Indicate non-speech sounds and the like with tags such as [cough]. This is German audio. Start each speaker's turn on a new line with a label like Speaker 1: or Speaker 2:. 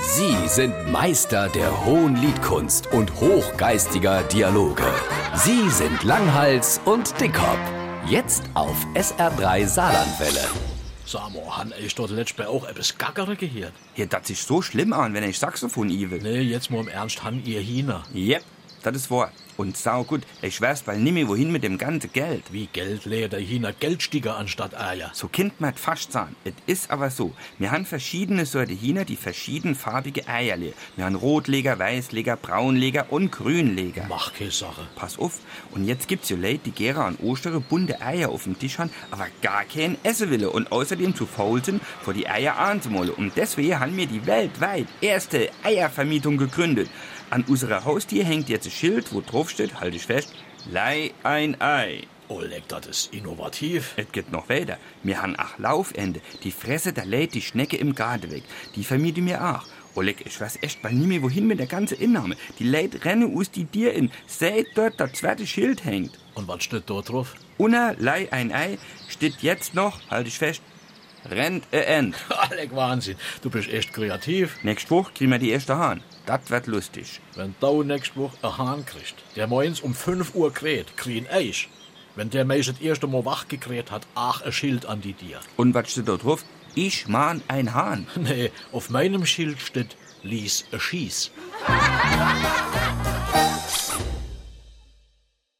Speaker 1: Sie sind Meister der hohen Liedkunst und hochgeistiger Dialoge. Sie sind Langhals und Dickhop. Jetzt auf SR3 Saarlandwelle.
Speaker 2: Sag mal, han ich dort letztes Mal auch etwas Gackere gehört?
Speaker 3: Hier, das ist so schlimm an, wenn ich Saxophon iwe.
Speaker 2: Nee, jetzt mal im Ernst, han ihr Hina.
Speaker 3: Jep, das ist wahr. Und sau gut, ich schwör's bald nimmer wohin mit dem ganzen Geld.
Speaker 2: Wie Geld lädt der Hina Geldstiger anstatt Eier.
Speaker 3: So Kind mag fast sein. Es ist aber so. Wir haben verschiedene Sorte Hühner, die verschiedenfarbige Eier legen. Wir haben Rotleger, Weißleger, Braunleger und Grünleger.
Speaker 2: Mach keine Sache.
Speaker 3: Pass auf. Und jetzt gibt's ja Leute, die Gera und Ostere bunte Eier auf dem Tisch haben, aber gar keinen essen will und außerdem zu faul sind, vor die Eier anzumollen. Und deswegen haben wir die weltweit erste Eiervermietung gegründet. An unserer Haustier hängt jetzt ein Schild, wo drauf steht, halte ich fest, Leih ein Ei.
Speaker 2: Oleg, Oh, das ist innovativ.
Speaker 3: Es geht noch weiter. Mir han ach Laufende. Die Fresse, da lädt die Schnecke im Garten weg. Die vermiete mir ach. Oleg, ich weiß echt bald nie mehr, wohin mit der ganzen Innahme. Die lädt renne us die dir in. Seht dort, das zweite Schild hängt.
Speaker 2: Und was steht dort drauf? [laughs]
Speaker 3: Unner lei ein Ei steht jetzt noch, halte ich fest, rennt e end.
Speaker 2: Oleg, Ah, Wahnsinn. Du bist echt kreativ.
Speaker 3: Nächste Woche kriegen wir die erste Hahn. Das wird lustig.
Speaker 2: Wenn du nächste Woche einen Hahn kriegst, der morgens um 5 Uhr kräht, kriegen Eich. Wenn der Mensch das erste Mal wach gekräht hat, ach, ein Schild an die [laughs] dir.
Speaker 3: Und was steht dort drauf? Ich mahn ein Hahn.
Speaker 2: Nee, auf meinem Schild steht, lies, schieß.